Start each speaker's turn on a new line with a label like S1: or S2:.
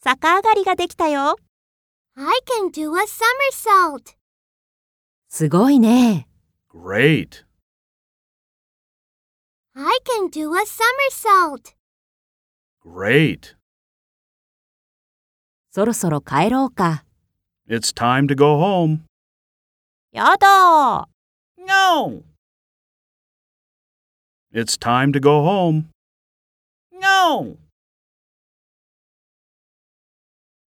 S1: 逆上がりができたよ。
S2: I can do a somersault.
S1: すごいね。
S3: Great.
S2: I can do a somersault.
S3: Great.
S1: そろそろ帰ろうか。
S3: It's time to go home.
S1: やだ
S3: No. It's time to go home. No.